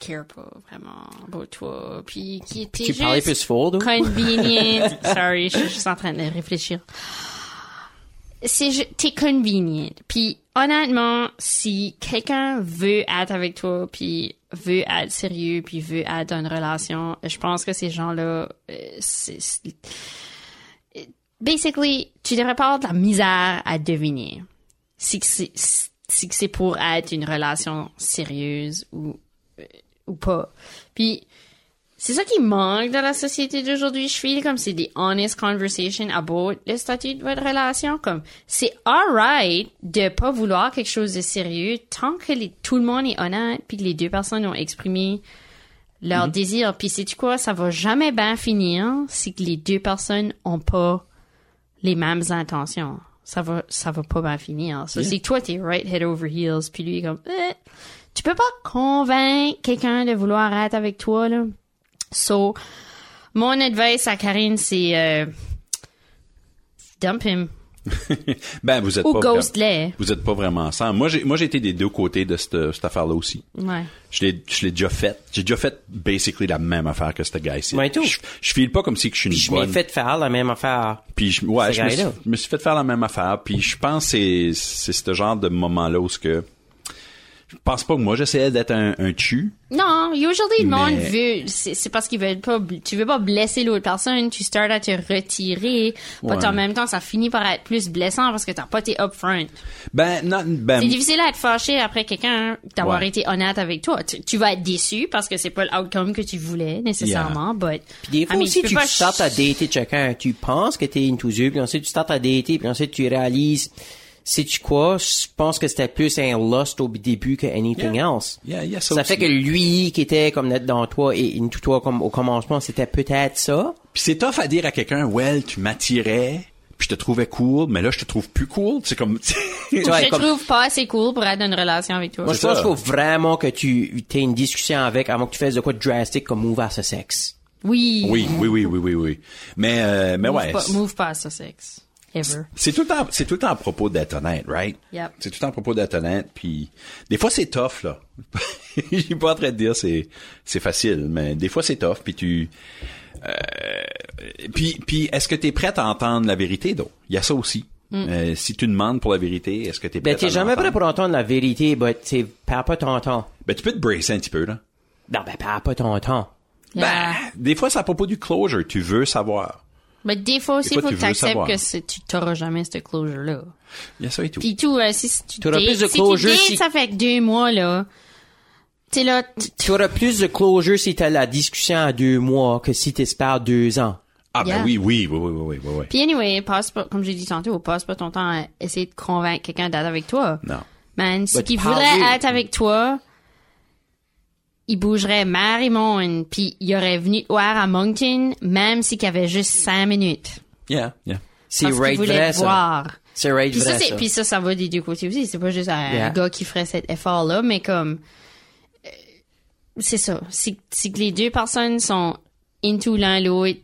S4: care pas vraiment pour toi. Puis qui était
S2: tu parlais
S4: juste-
S2: plus fort, donc?
S4: Convenient. Sorry, je suis juste en train de réfléchir. C'est ju- t'es convenient. Puis honnêtement, si quelqu'un veut être avec toi, puis veut être sérieux, puis veut être dans une relation, je pense que ces gens-là, euh, c'est- c'est- basically, tu devrais pas avoir de la misère à deviner si que c'est si que c'est pour être une relation sérieuse ou euh, ou pas. Puis c'est ça qui manque dans la société d'aujourd'hui. Je feel comme c'est des honest conversations about le statut de votre relation. Comme c'est alright de pas vouloir quelque chose de sérieux tant que les- tout le monde est honnête puis que les deux personnes ont exprimé leur désir. Puis c'est tu quoi, ça va jamais bien finir si que les deux personnes ont pas les mêmes intentions. Ça va, ça va pas bien finir. Ça, c'est que toi, t'es right head over heels, puis lui, comme, eh. tu peux pas convaincre quelqu'un de vouloir être avec toi, là. So, mon advice à Karine, c'est, euh, dump him.
S3: (laughs) Ben, vous êtes
S4: Mhm. Ou
S3: pas...
S4: ghost-les.
S3: Vous êtes pas vraiment ensemble. Moi, j'ai, moi, j'ai été des deux côtés de cette, cette affaire-là aussi.
S4: Ouais.
S3: Je l'ai, je l'ai déjà faite. J'ai déjà fait basically la même affaire que ce gars-ci.
S2: Ouais, tout.
S3: Je, je file pas comme si que je suis une
S2: Je m'ai
S3: bonne.
S2: fait faire la même affaire.
S3: Puis je, ouais,
S2: Ce
S3: je me, suis,
S2: gars-là.
S3: je me suis fait faire la même affaire. Puis je pense que c'est c'est ce genre de moment-là où ce que je pense pas que moi j'essayais d'être un, un tu.
S4: Non, usually, le monde
S3: Mais-
S4: veut, c'est c'est parce qu'ils veulent pas, bl- tu veux pas blesser l'autre personne, tu starts à te retirer,
S3: Ouais.
S4: but en même temps, ça finit par être plus blessant parce que t'as pas été upfront.
S3: Ben non, ben
S4: C'est difficile à être fâché après quelqu'un hein, d'avoir
S3: Ouais.
S4: été honnête avec toi. Tu, tu vas être déçu parce que c'est pas l'outcome que tu voulais nécessairement, but
S2: Puis des fois
S4: I mean,
S2: aussi,
S4: Ah, peux
S2: tu
S4: pas
S2: startes à
S4: ch-
S2: dater quelqu'un, tu penses que t'es into you, puis ensuite tu startes à dater, puis ensuite tu réalises, sais-tu quoi, je pense que c'était plus un lust au début que anything
S3: Yeah.
S2: else.
S3: Yeah, yeah, ça
S2: ça fait
S3: aussi.
S2: que lui qui était comme net dans toi et into toi comme au commencement, c'était peut-être ça.
S3: Puis c'est tough à dire à quelqu'un, well, tu m'attirais, puis je te trouvais cool, mais là je te trouve plus cool. C'est comme (laughs)
S2: Tu vois,
S4: Je
S2: comme-
S4: trouve pas assez cool pour être dans une relation avec toi.
S2: Moi, je
S3: C'est
S2: pense
S3: ça.
S2: qu'il faut vraiment que tu aies une discussion avec avant que tu fasses de quoi de drastic comme move à ce sexe.
S4: Oui.
S3: oui, oui, oui, oui, oui, oui. Mais euh, mais
S2: Ah
S4: Move
S3: ouais.
S4: Pas,
S3: c'est-
S4: move pas à ce sexe. Ever.
S3: C'est tout le temps, c'est tout le temps à propos d'être honnête, right?
S4: Yep.
S3: C'est tout le temps à propos d'être honnête, puis des fois c'est tough là. (laughs) Je suis pas en train de dire c'est c'est facile, mais des fois c'est tough, puis tu, euh, puis puis est-ce que t'es prête à entendre la vérité, donc? Il y a ça aussi. Euh, si tu demandes pour la vérité, est-ce que t'es
S2: Ben,
S3: prête
S2: t'es
S3: à
S2: jamais prêt
S3: l'entendre?
S2: pour entendre la vérité, mais tu perds pas ton temps.
S3: Ben tu peux te bracer un petit peu là.
S2: Non, ben, perds pas ton temps.
S4: Yeah.
S2: Bah.
S3: Ben, des fois c'est à propos du closure, tu veux savoir.
S4: Mais des fois aussi,
S3: Des
S4: il
S3: fois,
S4: faut
S3: tu
S4: que
S3: veux
S4: t'acceptes
S3: savoir.
S4: que c'est- tu t'auras jamais cette closure-là.
S3: Il y a ça et tout.
S4: Puis tout, euh, si si tu
S2: T'auras
S4: dates-
S2: plus de
S4: si tu
S2: closure
S4: dates,
S2: si-
S4: ça fait que deux mois, là. T'es là, tu- tu-
S2: Tu auras plus de closure si t'as la discussion à deux mois que si t'espères deux ans.
S3: Ah, ben
S4: Yeah.
S3: oui, oui, oui, oui, oui, oui, oui, oui.
S4: Puis anyway, passe pas, comme j'ai dit tantôt, passe pas ton temps à essayer de convaincre quelqu'un d'être avec toi.
S3: Non.
S4: Man, si
S2: But
S4: qu'il
S2: parler.
S4: voudrait être avec toi, il bougerait Marymont, puis il aurait venu te voir à Moncton, même s'il avait juste cinq minutes.
S3: Yeah, yeah.
S2: C'est
S4: Parce qu'il
S2: right
S4: voulait
S2: vrai,
S4: te
S2: ça.
S4: voir.
S2: C'est right
S4: Puis ça,
S2: vrai,
S4: c'est,
S2: ça.
S4: puis ça, ça va des deux côtés aussi. C'est pas juste un
S2: Yeah.
S4: gars qui ferait cet effort-là, mais comme, euh, c'est ça. Si, si que les deux personnes sont into l'un l'autre,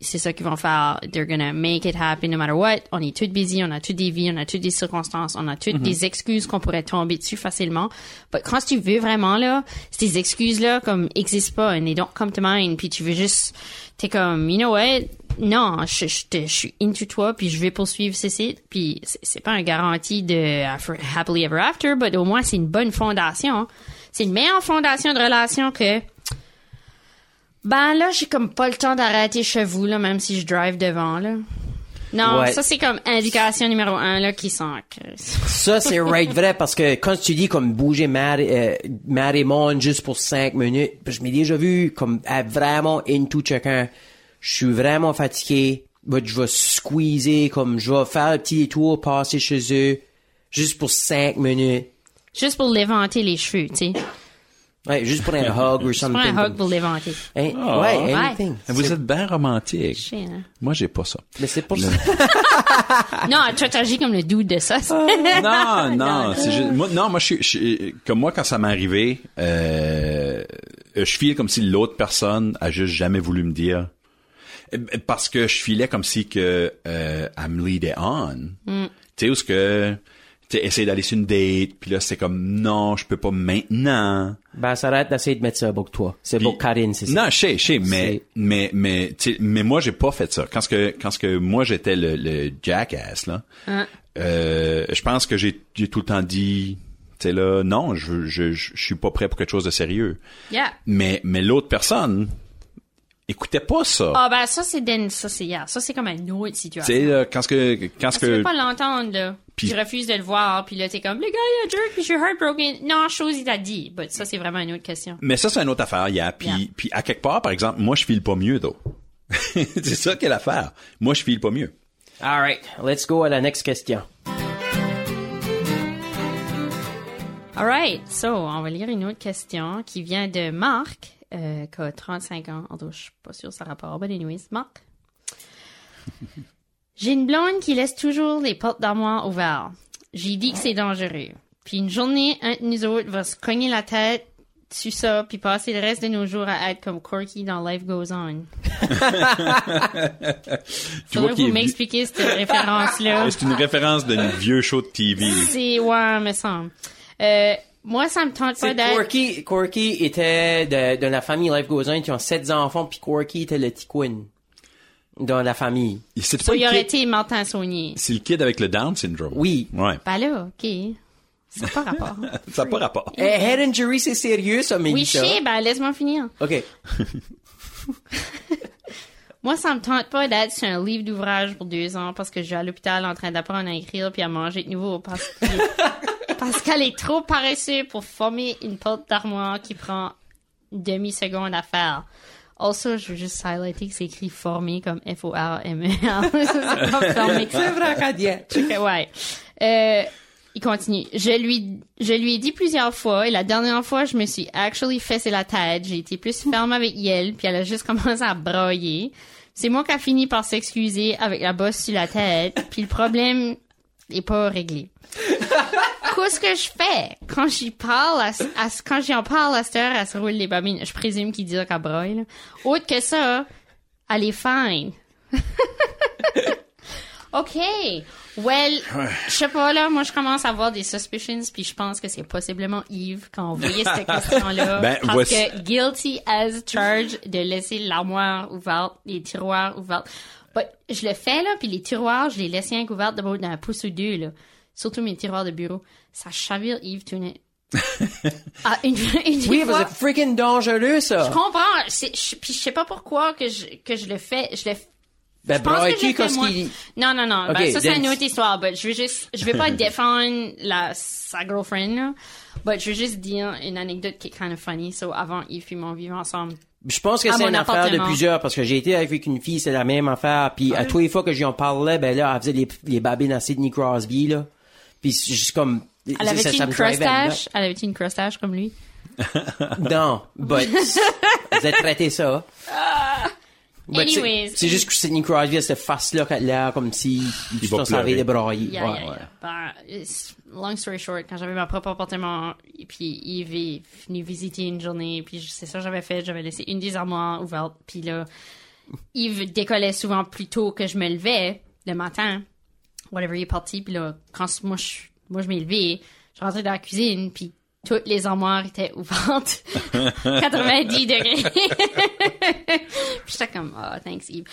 S4: c'est ça qu'ils vont faire. They're gonna make it happen no matter what. On est toutes busy, on a toutes des vies, on a toutes des circonstances, on a toutes des excuses qu'on pourrait tomber dessus facilement. But quand tu veux vraiment, là, ces excuses-là, comme, existent pas, and they don't come to mind, puis tu veux juste, t'es comme, you know what? Non, je, je, te- je suis into toi, puis je vais poursuivre ceci. Puis c'est- c'est pas un garantie de happily ever after, but au moins c'est une bonne fondation. C'est une meilleure fondation de relation que ben là, j'ai comme pas le temps d'arrêter chez vous, là, même si je drive devant, là. Non,
S2: Ouais.
S4: ça c'est comme indication numéro un, là, qui s'en crisse.
S2: Ça, c'est right vrai parce que quand tu dis comme bouger Mar euh, Marimon juste pour cinq minutes, je m'ai déjà vu comme être vraiment into chacun. Je suis vraiment fatigué. But je vais squeezer comme je vais faire le petit détour, passer chez eux juste pour cinq minutes.
S4: Juste pour l'éventer les cheveux, tu sais.
S2: Ouais, juste pour un hug ou
S4: Prends
S2: something.
S4: un hug
S2: comme-
S4: pour l'éventer.
S2: Hein?
S3: Oh.
S2: Ouais,
S3: Ouais.
S2: anything.
S3: Vous
S2: C'est-
S3: êtes bien romantique.
S4: Chier, hein.
S3: Moi, j'ai pas ça.
S2: Mais c'est pour ça.
S4: Non, toi, t'agis comme le doux de ça.
S3: Ah, non, non, c'est juste- moi, non, moi, je suis, je suis- comme moi, quand ça m'est arrivé, euh, je filais comme si l'autre personne a juste jamais voulu me dire. Euh, Parce que je filais comme si que, euh, elle me leadait on. Tu sais, où ce que, tu sais, essayer d'aller sur une date, puis là, c'est comme, non, je peux pas maintenant.
S2: Ben, ça arrête d'essayer de mettre ça pour toi. C'est
S3: Puis-
S2: pour Karine, c'est ça.
S3: Non, je sais, je sais, mais,
S2: C'est-
S3: mais, mais, tu sais, mais moi, j'ai pas fait ça. Quand ce que, quand ce que moi, j'étais le, le jackass, là,
S4: Hein?
S3: euh, je pense que j'ai, j'ai tout le temps dit, tu sais, là, non, je, veux- je, je, je suis pas prêt pour quelque chose de sérieux.
S4: (laughs) Yeah.
S3: Mais, mais l'autre personne écoutait pas ça.
S4: Ah, ben, ça, c'est den- ça, c'est, yeah. Ça, c'est comme une autre
S3: Tu
S4: situation.
S3: sais, là, quand ce que, quand
S4: Parce
S3: ce
S4: que Ah, tu veux
S3: que,
S4: pas l'entendre, là.
S3: Puis-
S4: Tu refuses de le voir, puis là, t'es comme, le gars, il est un jerk, puis je suis heartbroken. Non, chose, il t'a dit. But ça, c'est vraiment une autre question.
S3: mais ça, c'est une autre affaire, yeah. Puis,
S4: Yeah.
S3: puis à quelque part, par exemple, moi, je file pas mieux, though. (laughs) c'est ça qu'est l'affaire. Moi, je file pas mieux.
S2: All right, let's go à la next question.
S4: Alright, so on va lire une autre question qui vient de Marc, euh, qui a 35 ans. Although, je suis pas sûre de sa rapport. But anyways, Marc. J'ai une blonde qui laisse toujours les portes d'armoire ouvertes. J'ai dit que c'est dangereux. Puis une journée, un de nous autres va se cogner la tête sur ça, puis passer le reste de nos jours à être comme Corky dans Life Goes On.
S3: Tu vois
S4: Faudrait que
S3: qu'il
S4: vous
S3: est- Ah,
S4: m'expliquez
S3: (laughs)
S4: cette référence-là.
S3: C'est une référence
S4: (laughs)
S3: d'un vieux show de TV.
S4: C'est, ouais, me semble. Euh, moi, ça me tente pas
S2: C'est
S4: d'être...
S2: Corky, Corky était de, de la famille Life Goes On qui ont sept enfants, puis Corky était le petit queen dans la famille.
S3: C'est
S4: So,
S3: pas
S4: il
S3: le
S4: aurait
S3: kid,
S4: été Martin Saunier.
S3: c'est le kid avec le Down syndrome.
S2: Oui.
S3: Ouais.
S4: Bah là, ok. C'est pas rapport.
S3: Ça n'a pas rapport.
S2: Eh, head injury, c'est sérieux, ça,
S4: oui, je
S2: Mélissa?
S4: sais, ben laisse-moi finir.
S2: OK.
S4: Moi, ça me tente pas d'être sur un livre d'ouvrage pour deux ans parce que je suis à l'hôpital en train d'apprendre à écrire puis à manger de nouveau parce que- parce qu'elle est trop paresseuse pour former une porte d'armoire qui prend une demi-seconde à faire. Also, je veux juste highlighter que c'est écrit former comme F-O-R-M-E-R. (laughs) c'est pas former.
S2: (laughs) vrai, Acadien.
S4: Ok, ouais. Euh, il continue. Je lui, je lui ai dit plusieurs fois, et la dernière fois, je me suis actually fessé la tête. J'ai été plus ferme avec elle, puis elle a juste (laughs) commencé à broyer. C'est moi qui a fini par s'excuser avec la bosse sur la tête, puis le problème est pas réglé. Qu'est-ce que je fais quand j'y parle à, ce- à ce- quand j'en parle à cette heure, elle se roule les babines. Je présume qu'il dit qu'elle broye, là. Autre que ça, elle est fine. OK. Well, je sais pas, là, moi, je commence à avoir des suspicions, puis je pense que c'est possiblement Yves quand on voyait
S3: (laughs)
S4: cette question-là.
S3: Ben,
S4: parce
S3: voici-
S4: que guilty as charged de laisser l'armoire ouverte, les tiroirs ouverts. But je le fais, là, puis les tiroirs, je les laisse rien couverts de bon- d'un pouce ou deux, là. Surtout mes tiroirs de bureau. Ça chavire Yves
S3: (laughs)
S4: Tunet. ah, une, une
S2: Oui,
S4: fois-
S2: parce que c'est freaking dangereux, ça.
S4: je comprends. C'est- je- Puis je sais pas pourquoi que je, que je le fais. Je le
S2: Ben,
S4: je pense que je
S2: braille-tu
S4: le
S2: quand
S4: fais
S2: ce
S4: moins.
S2: qu'il-
S4: Non, non, non.
S2: Ok,
S4: ben, ça, c'est
S2: then-
S4: une autre histoire. but je veux juste, je
S2: (laughs)
S4: vais pas défendre la, sa girlfriend, là. But je veux juste dire une anecdote qui est kind of funny. So, avant, Yves et moi, on vivait ensemble.
S2: Je pense que
S4: À
S2: c'est
S4: Ah, mon
S2: une affaire de
S4: appartement. Ah
S2: plusieurs parce que j'ai été avec une fille, c'est la même affaire. Puis à tous les fois que j'y en parlais, ben là, elle faisait les, les babines à Sidney Crosby là. Puis c'est juste comme.
S4: Elle avait
S2: ça- ça
S4: une
S2: me drivait à
S4: crustache. Elle avait une crustache comme lui.
S2: Non,
S4: (laughs)
S2: but vous avez traité ça. But c'est-
S4: Anyways.
S2: Ben, c'est juste que Sidney Crosby a cette face-là qu'elle a comme si
S3: Il
S2: tu
S3: va
S2: t'en savais
S3: pleurer.
S2: de brailler.
S4: Yeah,
S2: Ouais,
S4: yeah,
S2: ouais.
S4: yeah. Ben, it's- long story short, quand j'avais ma propre appartement, et puis Yves est venu visiter une journée, puis je- c'est ça que j'avais fait, j'avais laissé une des armoires ouvertes, puis là, Yves décollait souvent plus tôt que je me levais le matin. Whatever, il est parti, puis là, quand c- moi je, moi, je m'ai levée, je rentrais dans la cuisine, puis toutes les armoires étaient ouvertes. (laughs) 90 degrés. Puis j'étais comme, oh, thanks, Yves.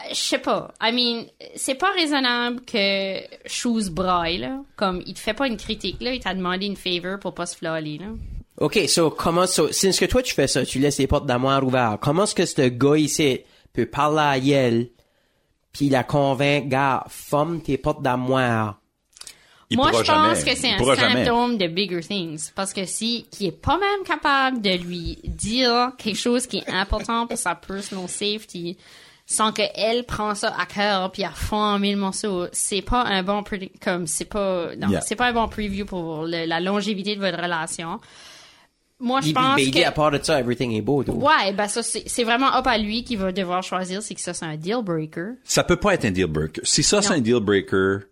S4: Euh, Je sais pas. I mean, c'est pas raisonnable que Shoes braille, là. Comme, il te fait pas une critique, là. Il t'a demandé une favor pour pas se flaller, là.
S2: OK, so, comment, so, since que toi tu fais ça, tu laisses les portes d'amour ouvertes, comment est-ce que ce gars ici peut parler à elle puis la convaincre, gars, forme tes portes d'amour.
S3: Il
S4: Moi,
S3: pourra
S4: je pense
S3: jamais.
S4: que c'est
S3: Il
S4: un
S3: pourra jamais.
S4: symptôme de bigger things. Parce que si, qui est pas même capable de lui dire quelque chose qui est important pour sa personal safety, sans que elle prend ça à cœur puis à fond en mille morceaux, c'est pas un bon, predi- comme, c'est pas, non,
S3: Yeah.
S4: c'est pas un bon preview pour le- la longévité de votre relation. Moi, je
S2: Puis
S4: pense
S2: baby,
S4: que...
S2: à part de ça, everything est beau, toi.
S4: Ouais, ben ça, c'est c'est vraiment up à lui qui va devoir choisir si que ça, c'est un deal breaker.
S3: Ça peut pas être un deal breaker. Si ça, c'est un deal breaker,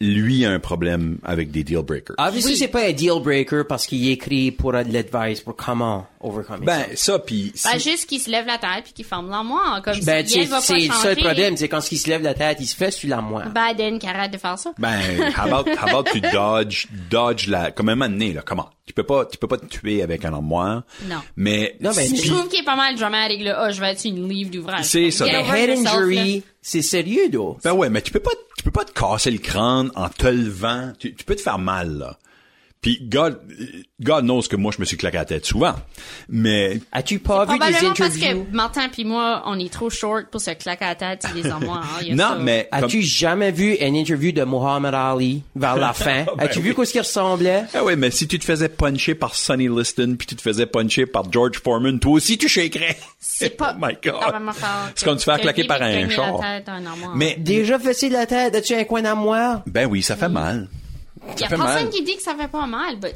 S3: lui a un problème avec des deal breakers.
S2: Obviously,
S4: Oui.
S2: c'est pas un deal breaker parce qu'il écrit pour euh, de l'advice pour comment overcome
S3: ben,
S2: it.
S3: ça, puis... si-
S4: Pas juste qu'il se lève la tête puis qu'il ferme l'armoire, comme
S2: Ben,
S4: si
S2: tu
S4: elle va
S2: sais,
S4: pas
S2: c'est ça le
S4: changer. Ben,
S2: problème, c'est quand il se lève la tête, il se fait sur la moire.
S4: Biden qui arrête de faire ça.
S3: Ben, how about, how about tu dodge, dodge la, comme un moment donné, là, comment? Tu peux pas, tu peux pas te tuer avec un armoire.
S4: Non.
S3: Mais,
S2: Non, ben, mais-
S3: si-
S4: je trouve qu'il est pas mal dramatique, là. Oh, je vais être sur une livre d'ouvrage.
S3: C'est ça.
S4: Get
S3: Ben,
S2: Un
S4: over
S2: head
S4: yourself,
S2: injury, c'est sérieux, though.
S3: ben ouais, mais tu peux pas, tu peux pas te casser le crâne en te levant. Tu, tu peux te faire mal, là. Puis God, God knows que moi, je me suis claqué la tête souvent. Mais,
S2: As-tu
S4: là.
S2: pas vu des
S4: Probablement parce
S2: interviews?
S4: que Martin puis moi, on est trop short pour se claquer à la tête sur des armoires. hein. Il y a
S3: non,
S4: ça.
S3: mais... comme-
S2: As-tu jamais vu une interview de Muhammad Ali vers
S3: (laughs)
S2: la fin?
S3: Ben
S2: As-tu vu
S3: oui.
S2: qu'est-ce qu'il ressemblait?
S3: Ah ouais, mais si tu te faisais puncher par Sonny Liston, puis tu te faisais puncher par George Foreman, toi aussi tu shakerais. (laughs)
S4: C'est pas. Ah,
S3: oh my God.
S4: probablement fort
S3: C'est comme
S4: que-
S3: tu faire
S4: que
S3: claquer
S4: lui
S3: par
S4: gagner
S3: un
S4: la
S3: char.
S4: tête à un armoire.
S3: Mais
S2: Déjà fessé de la tête, as-tu un coin à moi?
S3: ben oui,
S4: Mm.
S3: ça fait mal.
S4: Il y a
S3: fait
S4: personne
S3: mal.
S4: qui dit que ça fait pas mal, but.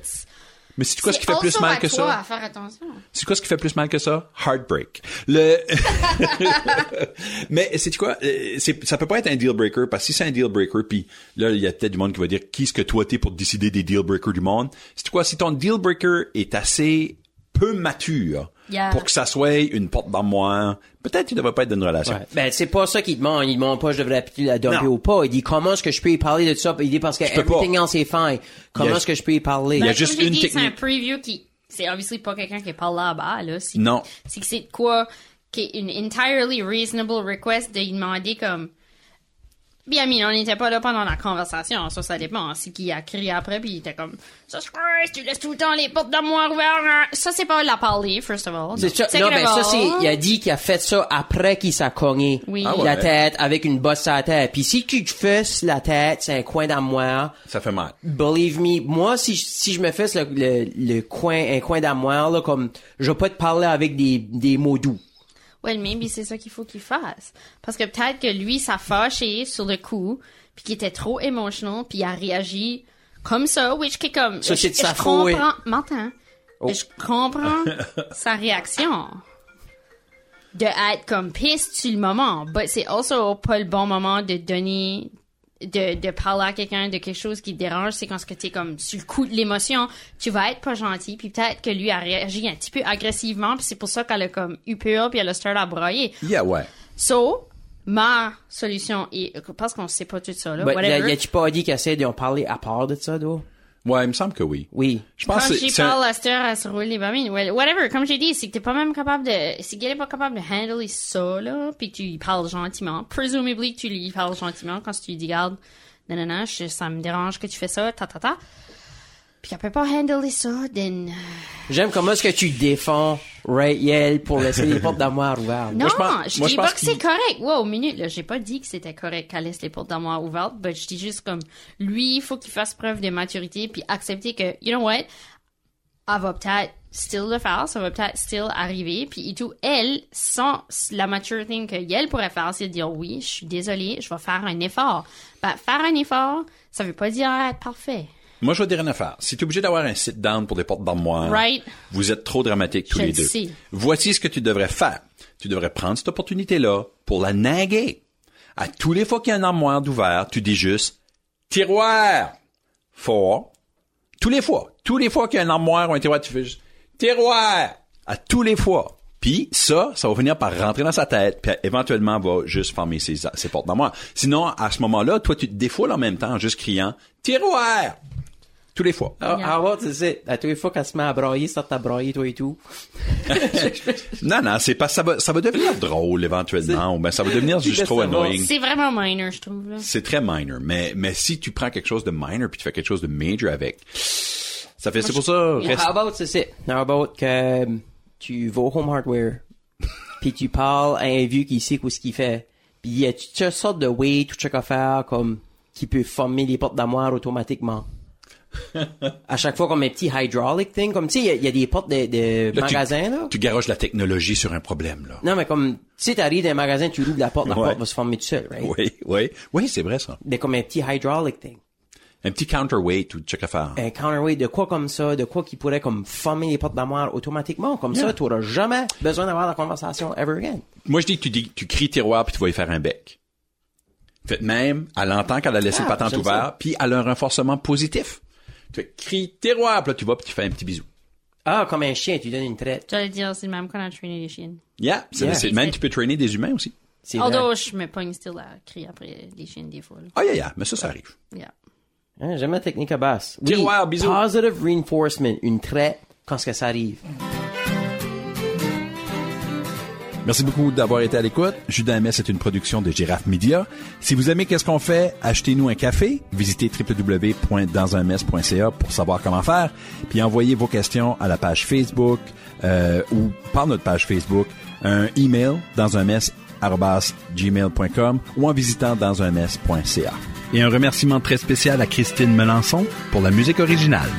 S3: Mais c'est quoi ce qui
S4: c'est
S3: fait plus
S4: also
S3: mal
S4: à
S3: que
S4: toi
S3: ça
S4: à faire attention.
S3: C'est quoi ce qui fait plus mal que ça Heartbreak. Le (laughs) Mais c'est quoi Euh, c'est ça peut pas être un deal breaker parce que si c'est un deal breaker puis là il y a peut-être du monde qui va dire qui est-ce que toi t'es pour décider des deal breakers du monde C'est quoi si ton deal breaker est assez peu mature
S4: Yeah.
S3: pour que ça soit une porte d'armoire, peut-être tu devrait pas être dans une relation.
S2: Ouais. Ben, c'est pas ça qu'il demande. Il demande pas je devrais appliquer la dumper
S3: Non.
S2: ou pas. Il dit comment est-ce que je peux y parler de ça? Il dit parce que
S3: peux pas.
S2: everything else est fine.
S3: Il y
S2: Comment
S3: a-
S2: est-ce que je peux y parler?
S3: Il y a
S4: Ben,
S3: juste
S4: comme j'ai
S3: une
S4: dit, C'est un
S3: technique.
S4: preview qui, c'est obviously pas quelqu'un qui parle là-bas, là. C'est-
S3: Non.
S4: C'est que c'est de quoi, qui est une entirely reasonable request de lui demander comme, bien, mais on n'était pas là pendant la conversation, ça, ça dépend. hein. C'est qu'il a crié après, puis il était comme, ça, c'est quoi, tu laisses tout le temps les portes d'amour ouvertes. hein? Ça, c'est pas la parler, first of all.
S2: Ben, C'est ça.
S4: Second
S2: Non,
S4: of
S2: mais ça,
S4: all-
S2: c'est, il a dit qu'il a fait ça après qu'il s'est cogné
S4: Oui. Ah
S2: la
S4: ouais.
S2: tête avec une bosse à la tête. Puis si tu te fesses la tête, c'est un coin d'armoire.
S3: Ça fait mal.
S2: Believe me, moi, si, je- si je me fesse le, le, le coin, un coin d'armoire, là, comme, je vais pas te parler avec des, des mots doux.
S4: Well, maybe c'est ça qu'il faut qu'il fasse. Parce que peut-être que lui, ça fâché sur le coup, puis qu'il était trop émotionnel, puis il a réagi comme ça, which qui est comme...
S2: Ça,
S4: je-
S2: c'est de
S4: je
S2: sa
S4: comprends-
S2: faute. Oh.
S4: Martin, je
S2: (laughs)
S4: comprends sa réaction de être comme pisse sur le moment. But c'est also pas le bon moment de donner de, de parler à quelqu'un de quelque chose qui te dérange, c'est quand ce que t'es comme sur le coup de l'émotion, tu vas être pas gentil, puis peut-être que lui a réagi un petit peu agressivement, puis c'est pour ça qu'elle a comme eu peur, puis elle a start à broyer.
S3: Yeah, ouais.
S4: So, ma solution est, parce qu'on sait pas tout ça, là,
S2: Ben, y a-
S4: Ah, whatever.
S2: y a-tu pas dit qu'il essaie d'en parler à part de ça, d'où?
S3: Ouais, il me semble que oui.
S2: Oui.
S3: Je pense
S4: Quand
S3: que
S4: j'y
S3: c'est- c'est un-
S4: parle à cette heure, elle se roule les babines. Well, whatever, comme j'ai dit, c'est que t'es pas même capable de... Si qu'elle est pas capable de handler ça, là, puis que tu lui parles gentiment, presumably que tu lui parles gentiment quand tu lui dis, garde, non, non, non, je- ça me dérange que tu fais ça, ta, ta, ta. Puis qu'elle peut pas handler ça, then...
S2: J'aime comment est-ce que tu défends Rayel pour
S4: (laughs)
S2: laisser les portes d'armoire ouvertes.
S4: Non,
S3: je pense-
S4: je
S3: moi,
S4: dis
S3: je
S4: pas
S3: pense
S4: que c'est
S3: qu'il-
S4: correct. Wow, minute, là, j'ai pas dit que c'était correct qu'elle laisse les portes d'amour ouvertes, mais je dis juste comme, lui, il faut qu'il fasse preuve de maturité, puis accepter que, you know what, elle va peut-être still le faire, ça va peut-être still arriver. Puis et tout, elle, sans la mature thing qu'elle pourrait faire, c'est de dire oui, je suis désolée, je vais faire un effort. Ben, faire un effort, ça veut pas dire être parfait.
S3: Moi, je vais te dire une affaire. Si t'es obligé d'avoir un sit-down pour des portes d'armoire,
S4: Right.
S3: vous êtes trop dramatique tous
S4: Je
S3: les
S4: le
S3: deux.
S4: sais.
S3: Voici ce que tu devrais faire. Tu devrais prendre cette opportunité-là pour la naguer. À tous les fois qu'il y a un armoire d'ouvert, tu dis juste « tiroir ». Fort. Tous les fois. Tous les fois qu'il y a un armoire ou un tiroir, tu fais juste « tiroir ». À tous les fois. Puis ça, ça va finir par rentrer dans sa tête, puis éventuellement va juste fermer ses, ses portes d'armoire. Sinon, à ce moment-là, toi, tu te défoules en même temps en juste criant « tiroir ». Tous les fois.
S2: Ah,
S4: Yeah.
S2: ah ouais, tu sais, à tous les fois qu'elle se met à brailler, ça t'a braillé, toi et tout.
S3: (laughs) Non, non, c'est pas ça va, ça va devenir drôle éventuellement, ou ben ça va devenir juste
S2: Mais
S3: trop
S2: ça va.
S3: annoying.
S4: C'est vraiment minor, je trouve. là.
S3: C'est très minor, mais mais si tu prends quelque chose de minor puis tu fais quelque chose de major avec, ça fait c'est pour ça.
S2: Ou
S3: reste-
S2: How about, c'est ça. How about que euh, tu vas au Home Hardware,
S3: (laughs)
S2: puis tu parles à un vieux qui sait quoi ce qu'il fait. Puis il y a toutes sortes de way, tout chaque affaire, comme, qui peut former les portes d'armoire
S3: (laughs)
S2: automatiquement. à chaque fois, comme un petit hydraulic thing, comme, tu sais, il y a- il y, a des portes de, de
S3: Là, tu-
S2: magasins, là.
S3: Tu garoches la technologie sur un problème
S2: (laughs)
S3: là.
S2: Non, mais comme, tu sais, t'arrives dans un magasin, tu ouvres la porte, la
S3: Ouais.
S2: porte va se former tout seul, right?
S3: Oui, oui, oui, c'est vrai ça.
S2: Mais comme un petit hydraulic thing.
S3: Un petit counterweight ou check affaire.
S2: Eh, un counterweight de quoi comme ça, de quoi qui pourrait comme former les portes d'armoire automatiquement. Comme ça, tu n'auras jamais besoin d'avoir la conversation ever again.
S3: Moi je dis que tu dis, tu cries tiroir puis tu vas y faire un bec. Faites même, elle entend qu'elle a laissé
S2: Ah,
S3: le patente
S2: j'aime ça.
S3: ouvert, puis elle a un renforcement positif. Tu fais crie tiroir, puis là tu vas puis tu fais un petit bisou.
S2: Ah, comme un chien, tu donnes une traite.
S4: J'allais dire, c'est le même qu'on a trainé les chiennes.
S3: Yeah, c'est
S2: Yeah.
S3: c'est- même tu peux traîner des humains aussi.
S2: C'est vrai.
S4: Although, je me pogne still à crier après les chiennes des fois. là.
S3: Ah, yeah, yeah, mais ça, ça arrive.
S4: Yeah.
S2: Hein, J'aime la technique à basse. Oui,
S3: Tiroir, bisous.
S2: Positive reinforcement, une traite quand ce que ça arrive.
S3: Merci beaucoup d'avoir été à l'écoute. Judas MS est une production de Giraffe Media. Si vous aimez qu'est-ce qu'on fait, achetez-nous un café, visitez www.dansunms.ca pour savoir comment faire, puis envoyez vos questions à la page Facebook euh, ou par notre page Facebook, un email dans un gmail.com ou en visitant dans un Et un remerciement très spécial à Christine Melançon pour la musique originale.